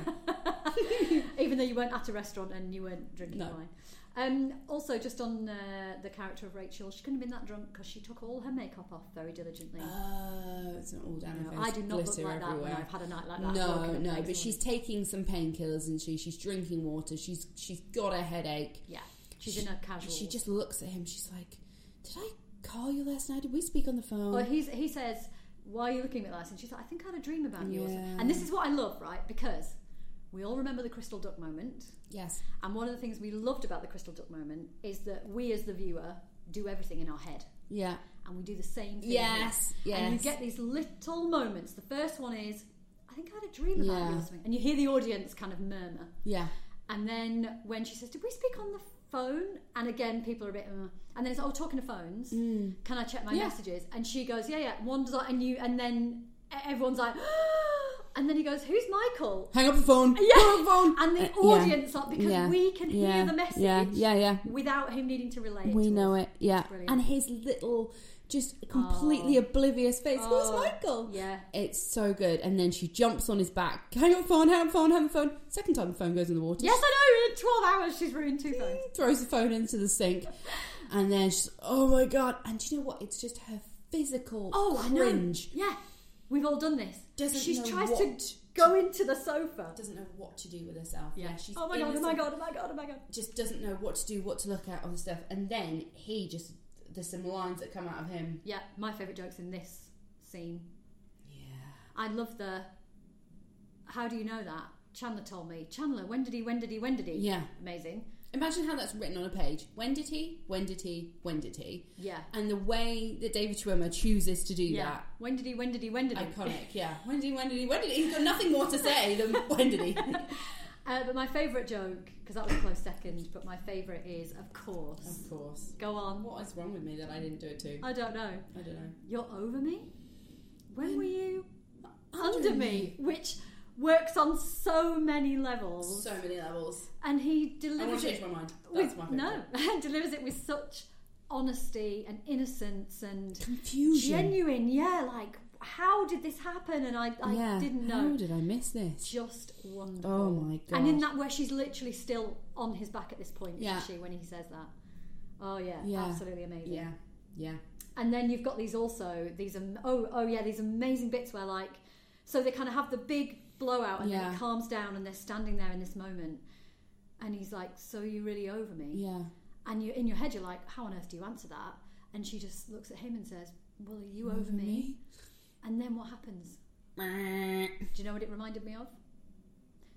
S1: Even though you weren't at a restaurant and you weren't drinking
S3: No.
S1: wine. Um, also, just on uh, the character of Rachel, she couldn't have been that drunk because she took all her makeup off very diligently. Uh,
S3: Oh, it's an all down
S1: No,
S3: her face.
S1: I do not look
S3: glitter
S1: like that when
S3: everywhere.
S1: I've had a night like that. I've
S3: no,
S1: woken up the
S3: no,
S1: next
S3: but she's
S1: morning.
S3: taking some painkillers and she she's drinking water. She's she's got a headache.
S1: yeah, she's in a casual.
S3: She just looks at him. She's like, "Did I call you last night? Did we speak on the phone?"
S1: Well, he's, he says, "Why are you looking at me like?" this?" And she's like, "I think I had a dream about you." or something."
S3: Yeah.
S1: And this is what I love, right? Because we all remember the crystal duck moment,
S3: yes.
S1: and one of the things we loved about the crystal duck moment is that we, as the viewer, do everything in our head,
S3: Yeah.
S1: and we do the same thing. here.
S3: Yes. Yes.
S1: And you get these little moments. The first one is, I I think I had a dream about you
S3: Yeah.
S1: or something. And you hear the audience kind of murmur.
S3: Yeah.
S1: And then when she says, Did we speak on the phone? And again, people are a bit, uh, and then it's, Oh, talking to phones. Can I check my
S3: Mm. Yeah.
S1: messages? And she goes, Yeah, yeah. Wanders on, and you, and then e- everyone's like, And then he goes, Who's Michael?
S3: Hang up the phone.
S1: Yeah.
S3: Hang up the phone.
S1: And the
S3: Uh, yeah.
S1: audience, are because
S3: Yeah.
S1: we can
S3: Yeah.
S1: hear the message
S3: Yeah, yeah, yeah.
S1: without him needing to relay it.
S3: We
S1: to
S3: know
S1: us.
S3: it, yeah.
S1: Brilliant.
S3: And his little, just completely oblivious face.
S1: Oh,
S3: Who's Michael?
S1: Yeah.
S3: It's so good. And then she jumps on his back. Hang up the phone, hang up the phone, hang up the phone. Second time the phone goes in the water.
S1: Yes, I know. In 12 hours, she's ruined two phones.
S3: Throws the phone into the sink. And then she's, oh my God. And do you know what? It's just her physical
S1: Oh, I know.
S3: cringe.
S1: Yeah, we've all done this.
S3: Doesn't
S1: she
S3: know
S1: tries
S3: what
S1: to go into the sofa.
S3: Doesn't know what to do with herself. Yeah, she's
S1: oh my god! Oh my god! Oh my god! Oh my god!
S3: just doesn't know what to do, what to look at, all this stuff. And then he just there's some lines that come out of him.
S1: Yeah, my favourite jokes in this scene.
S3: Yeah.
S1: I love the. How do you know that? Chandler told me. Chandler, when did he? When did he? When did he?
S3: Yeah.
S1: amazing.
S3: Imagine how that's written on a page. When did he? When did he? When did he?
S1: Yeah,
S3: And the way that David Schwimmer chooses to do
S1: yeah. When did he? When did he? When did
S3: that.
S1: he?
S3: Iconic, yeah. When did he? When did he? When did he? He's got nothing more to say than when did he?
S1: Uh, but my favourite joke, because that was a close second. But my favourite is, of course.
S3: Of course.
S1: Go on.
S3: What is wrong with me that I didn't do it too?
S1: I don't know.
S3: I don't know.
S1: You're over me? When were you under me? Which works on so many levels.
S3: So many levels.
S1: and he
S3: I want
S1: delivers
S3: to change
S1: it
S3: my mind. That's
S1: with
S3: my favorite.
S1: no, delivers it with such honesty and innocence and
S3: Confusion.
S1: genuine. Yeah, like how did this happen? And I, I
S3: yeah.
S1: didn't
S3: How
S1: know.
S3: did I miss this?
S1: Just wonderful.
S3: Oh my god.
S1: And in that where she's literally still on his back at this point,
S3: Yeah.
S1: isn't she? When he says that. Oh yeah,
S3: Yeah.
S1: absolutely amazing.
S3: Yeah. Yeah.
S1: And then you've got these also these um, oh oh yeah these amazing bits where like so they kind of have the big blowout and then
S3: Yeah.
S1: it calms down and they're standing there in this moment and he's like so you really over me
S3: Yeah.
S1: and you in your head you're like how on earth do you answer that and she just looks at him and says well are you over, me? and then what happens do you know what it reminded me of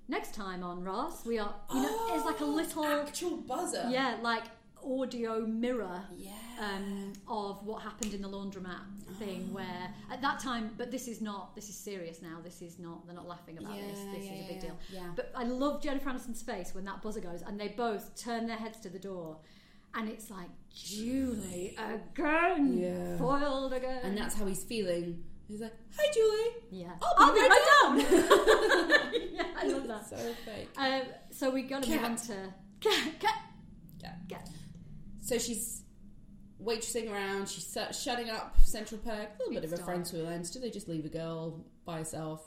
S1: next time on Ross we are you know it's like a
S3: Oh,
S1: little
S3: actual buzzer.
S1: yeah like audio mirror
S3: Yeah.
S1: um, of what happened in the laundromat
S3: Ah.
S1: thing, where at that time, but this is not, this is serious now. This is not, they're not laughing about this. This is a big deal.
S3: Yeah.
S1: But I love Jennifer Aniston's face when that buzzer goes, and they both turn their heads to the door, and it's like Julie again,
S3: Yeah.
S1: foiled again,
S3: And that's how he's feeling. He's like, "Hi, Julie."
S1: yeah.
S3: I'll be
S1: I'll be
S3: right
S1: right down. yeah, I love that.
S3: so fake.
S1: Um, so we got to move
S3: Cat.
S1: on to cat, cat,
S3: Yeah.
S1: cat.
S3: So she's waitressing around. She's su- shutting up Central Perk. A little bit of
S1: Big
S3: a
S1: stop.
S3: friends to lens. Do they just leave a girl by herself,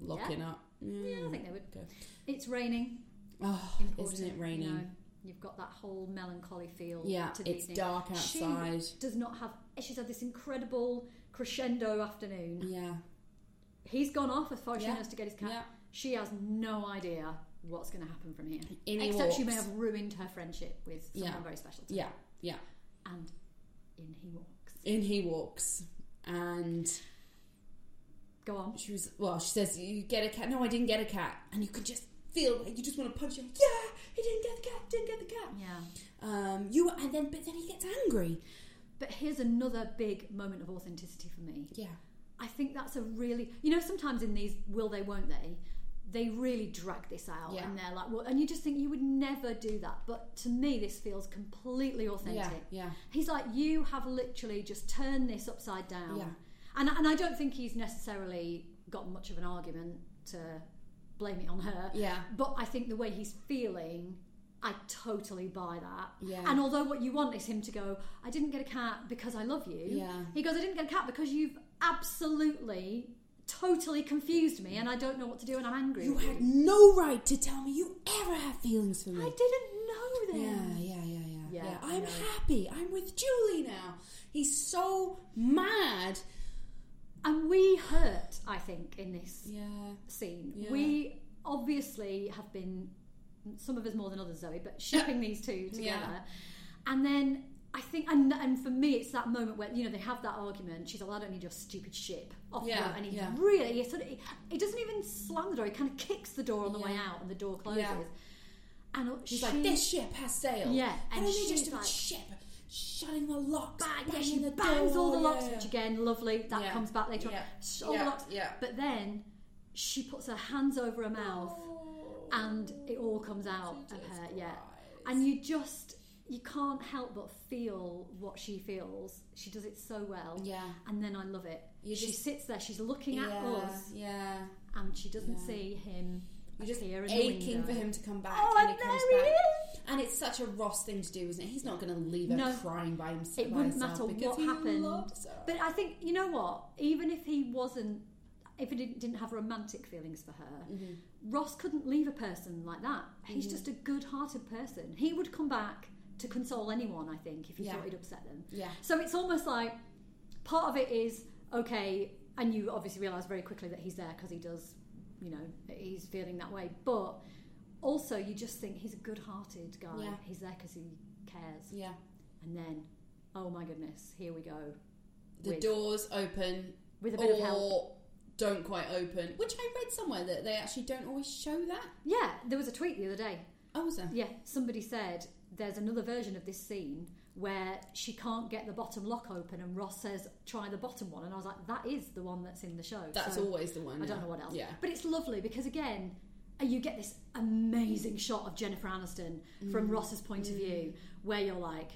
S3: locking up?
S1: Yeah, I
S3: Mm.
S1: think they would.
S3: Okay.
S1: It's raining.
S3: Oh,
S1: important.
S3: isn't it
S1: You know,
S3: raining?
S1: you've got that whole melancholy feel.
S3: yeah,
S1: to the
S3: it's
S1: evening.
S3: dark
S1: She
S3: outside.
S1: does not have. She's had this incredible crescendo afternoon.
S3: yeah,
S1: He's gone off as far as
S3: Yeah.
S1: she knows to get his cat.
S3: yeah.
S1: She has no idea what's going to happen from here.
S3: In he
S1: Except she may
S3: walks.
S1: have ruined her friendship with someone
S3: Yeah.
S1: very special. To her.
S3: Yeah, yeah.
S1: And in he walks.
S3: In he walks, and
S1: Go on.
S3: she was well she says you get a cat no i didn't get a cat and you could just feel like you just want to punch him yeah he didn't get the cat didn't get the cat
S1: Yeah.
S3: um you and then but then he gets angry
S1: But here's another big moment of authenticity for me.
S3: yeah
S1: I think that's a really you know sometimes in these will they won't they they really drag this out
S3: Yeah.
S1: and they're like well and you just think you would never do that but to me this feels completely authentic
S3: yeah yeah
S1: he's like you have literally just turned this upside down
S3: Yeah.
S1: and and I don't think he's necessarily got much of an argument to blame it on her
S3: yeah
S1: but I think the way he's feeling I totally buy that
S3: yeah
S1: and although what you want is him to go, I didn't get a cat because I love you.
S3: Yeah.
S1: He goes, I didn't get a cat because you've absolutely, totally confused me, and I don't know what to do, and I'm angry.
S3: you
S1: with
S3: had no right to tell me you ever have feelings for
S1: I
S3: me
S1: didn't know
S3: yeah
S1: this.
S3: yeah yeah yeah
S1: Yeah,
S3: yeah
S1: I
S3: i'm
S1: know.
S3: happy i'm with julie now he's so mad
S1: And we hurt, I think, in this
S3: yeah
S1: scene.
S3: Yeah.
S1: We obviously have been, some of us more than others, Zoe, but shipping these two together.
S3: Yeah.
S1: And then I think, and, and for me, it's that moment where, you know, they have that argument. She's like, well, I don't need your stupid ship. Off you
S3: Yeah,
S1: go. And he
S3: yeah.
S1: really, he, sort of, he, he doesn't even slam the door. He kind of kicks the door on the way
S3: Yeah.
S1: out and the door closes.
S3: Yeah.
S1: And
S3: she's
S1: she,
S3: like this ship has sailed
S1: Yeah,
S3: and,
S1: and
S3: then they
S1: she's
S3: just
S1: like-
S3: like ship shutting the locks
S1: bang, yeah,
S3: banging
S1: she
S3: the
S1: bangs all the
S3: door,
S1: locks,
S3: yeah,
S1: which again, lovely. That
S3: Yeah.
S1: comes back later
S3: Yeah.
S1: on. All the
S3: yeah,
S1: locks.
S3: yeah
S1: But then she puts her hands over her mouth
S3: Oh.
S1: and it all comes out of her. Yeah, and you just you can't help but feel what she feels. She does it so well.
S3: Yeah.
S1: and then I love it.
S3: You
S1: she
S3: just-
S1: sits there. She's looking at
S3: yeah,
S1: us,
S3: yeah.
S1: and she doesn't
S3: Yeah.
S1: see him.
S3: You're just
S1: appear in the
S3: aching
S1: window.
S3: for him to come back.
S1: Oh,
S3: and
S1: and
S3: he comes
S1: there he
S3: back.
S1: is.
S3: And it's such a Ross thing to do, isn't it? He's not going to leave her
S1: No.
S3: crying by himself.
S1: It
S3: by
S1: wouldn't
S3: herself
S1: matter
S3: because
S1: what
S3: he
S1: happened.
S3: Loves her.
S1: But I think you know what? Even if he wasn't, if he didn't, didn't have romantic feelings for her, Ross couldn't leave a person like that. He's
S3: Mm.
S1: just a good-hearted person. He would come back to console anyone. I think if he
S3: Yeah.
S1: thought he'd upset them.
S3: yeah,
S1: So it's almost like part of it is okay, and you obviously realise very quickly that he's there because he does, you know, he's feeling that way. But also, you just think he's a good-hearted guy.
S3: Yeah.
S1: He's there because he cares.
S3: yeah.
S1: And then, oh my goodness, here we go
S3: The
S1: With-
S3: doors open
S1: with a bit of help.
S3: or don't quite open, which I read somewhere that they actually don't always show that.
S1: Yeah, there was a tweet the other day.
S3: Oh, was there?
S1: Yeah, somebody said there's another version of this scene where she can't get the bottom lock open, and Ross says, "Try the bottom one," and I was like, "That is the one that's in the show."
S3: That's
S1: So
S3: always the one.
S1: I
S3: yeah.
S1: don't know what else.
S3: Yeah.
S1: but it's lovely because again, uh, you get this amazing shot of Jennifer Aniston
S3: Mm.
S1: from Ross's point of view, where you're like.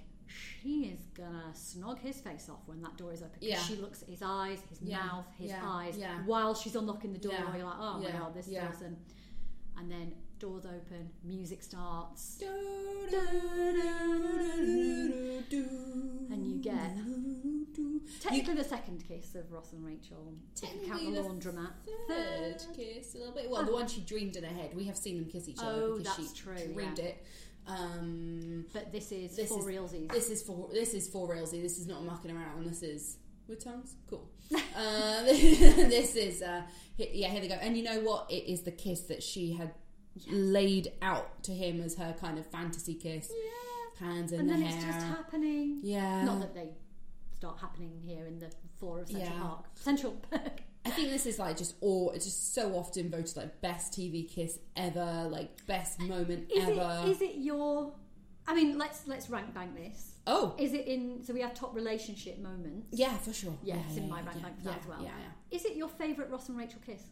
S1: She is gonna snog his face off when that door is open. 'cause
S3: Yeah.
S1: She looks at his eyes, his
S3: Yeah.
S1: mouth, his
S3: Yeah.
S1: eyes
S3: Yeah.
S1: while she's unlocking the door.
S3: Yeah.
S1: Where you're like, oh my
S3: Yeah.
S1: god, this
S3: Yeah.
S1: person. And then doors open, music starts,
S3: And
S1: you get- Technically, the second kiss of Ross and Rachel. If you count the
S3: Technically the
S1: laundromat.
S3: third kiss a little bit. Well, the
S1: Oh.
S3: one she dreamed in her head. We have seen them kiss each other
S1: Oh,
S3: because
S1: that's
S3: she
S1: true,
S3: dreamed
S1: yeah.
S3: it. Um,
S1: But this is
S3: This
S1: for
S3: is-
S1: realsies.
S3: this is for this is for realsy. This is not mucking around. This is with tongues. Cool. uh, this is uh, he- yeah. Here they go. And you know what? It is the kiss that she had laid out to him as her kind of fantasy kiss. Yeah. Hands in
S1: and
S3: the
S1: then
S3: hair.
S1: it's just happening.
S3: yeah.
S1: Not that they start happening here in the floor of Central
S3: Yeah.
S1: Park. Central Park.
S3: I think this is like just all it's just so often voted like best TV kiss ever, like best moment
S1: Is
S3: ever.
S1: it? Is it your? I mean, let's let's rank bank this.
S3: oh,
S1: Is it in? So we have top relationship moments.
S3: yeah, for sure.
S1: Yeah,
S3: yeah,
S1: it's in my rank bank for that as well.
S3: Yeah,
S1: Is it your favourite Ross and Rachel kiss?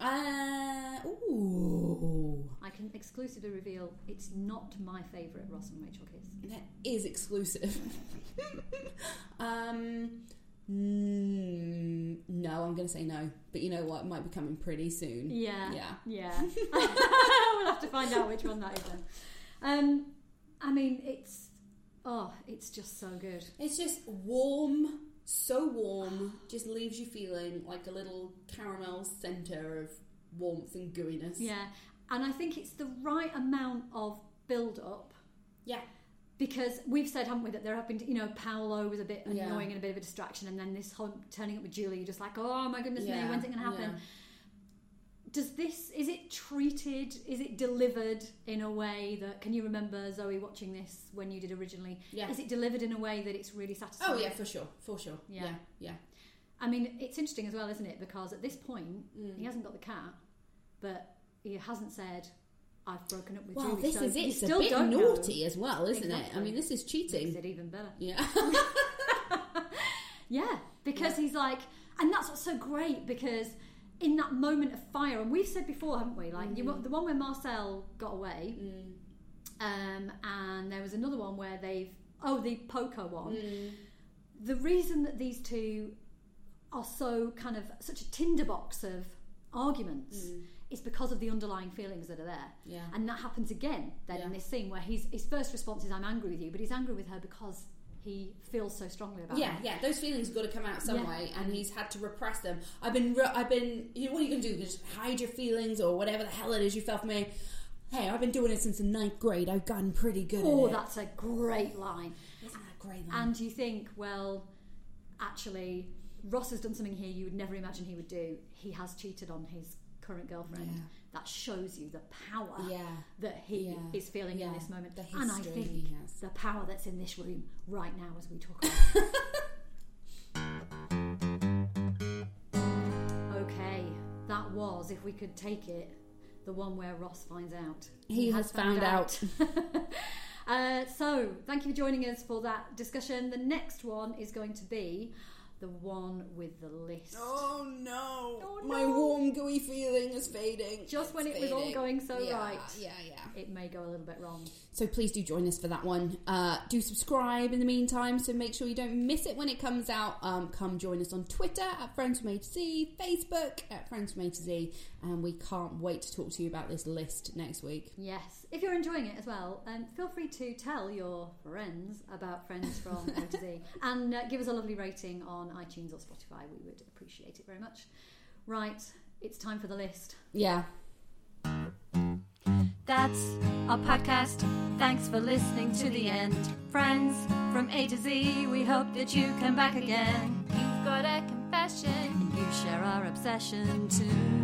S3: yeah. Uh, ooh,
S1: I can exclusively reveal it's not my favourite Ross and Rachel kiss.
S3: that is exclusive. um, mm, no, I'm gonna say no, but you know what? It might be coming pretty soon.
S1: Yeah.
S3: Yeah.
S1: Yeah. we'll have to find out which one that is then. Um, I mean, it's. Oh, it's just so good.
S3: It's just warm, so warm, just leaves you feeling like a little caramel centre of warmth and gooiness.
S1: Yeah. And I think it's the right amount of build up
S3: Yeah.
S1: because we've said, haven't we, that there have been, you know, Paolo was a bit annoying and
S3: Yeah.
S1: a bit of a distraction, and then this whole turning up with Julie, you're just like, oh my goodness me, when's it going to happen? Does this, is it treated, is it delivered in a way that, can you remember Zoe watching this when you did originally?
S3: Yeah.
S1: Is it delivered in a way that it's really satisfying?
S3: Oh yeah, for sure, for sure. Yeah,
S1: Yeah.
S3: yeah.
S1: I mean, it's interesting as well, isn't it? Because at this point,
S3: Mm.
S1: he hasn't got the cat, but he hasn't said, "I've broken up with
S3: Well,
S1: Julie."
S3: this
S1: so
S3: is it.
S1: you
S3: It's a
S1: still
S3: bit
S1: don't know.
S3: naughty as well, isn't it? I
S1: Exactly.
S3: mean, this is
S1: Makes
S3: cheating.
S1: it even better.
S3: Yeah,
S1: Yeah, because he's like, and that's what's so great because in that moment of fire, and we've said before, haven't we? Like
S3: Mm-hmm.
S1: you, the one where Marcel got away,
S3: Mm.
S1: um, and there was another one where they've oh the poker one.
S3: Mm.
S1: The reason that these two are so kind of such a tinderbox of arguments is because of the underlying feelings that are there.
S3: Mm. yeah,
S1: And that happens again then in
S3: Yeah.
S1: this scene where he's, his first response is, I'm angry with you, but he's angry with her because he feels so strongly about
S3: yeah,
S1: her.
S3: yeah. Those feelings got to come out some
S1: Yeah.
S3: way, and he's had to repress them. I've been, re- I've been. You know, what are you going to do? Just hide your feelings or whatever the hell it is you felt for me. Hey, I've been doing it since the ninth grade. I've gotten pretty good.
S1: Oh,
S3: at it.
S1: that's a great line.
S3: Isn't that great? Line?
S1: And you think, well, actually, Ross has done something here you would never imagine he would do. He has cheated on his current girlfriend.
S3: Yeah.
S1: That shows you the power
S3: yeah,
S1: that he
S3: Yeah.
S1: is feeling in
S3: Yeah.
S1: this moment.
S3: The
S1: and I
S3: history
S1: think
S3: he has.
S1: the power that's in this room right now as we talk. okay, that was, if we could take it, the one where Ross finds out.
S3: He has found
S1: uh, so, thank you for joining us for that discussion. The next one is going to be the one with the list.
S3: Oh no.
S1: Oh,
S3: My
S1: no.
S3: warm, gooey feeling is fading.
S1: Just
S3: It's
S1: when it was all
S3: fading.
S1: going so
S3: Yeah,
S1: right.
S3: Yeah, yeah.
S1: It may go a little bit wrong.
S3: So please do join us for that one. Uh, do subscribe in the meantime, so make sure you don't miss it when it comes out. Um, come join us on Twitter at Friends from A to Z, Facebook at Friends from A to Z, and we can't wait to talk to you about this list next week.
S1: Yes. If you're enjoying it as well, um, feel free to tell your friends about Friends from A to Z and uh, give us a lovely rating on iTunes or Spotify. We would appreciate it very much. Right, it's time for the list.
S3: Yeah.
S2: That's our podcast. Thanks for listening to the end. Friends from A to Z, we hope that you come back again. You've got a confession.
S1: You share our obsession too.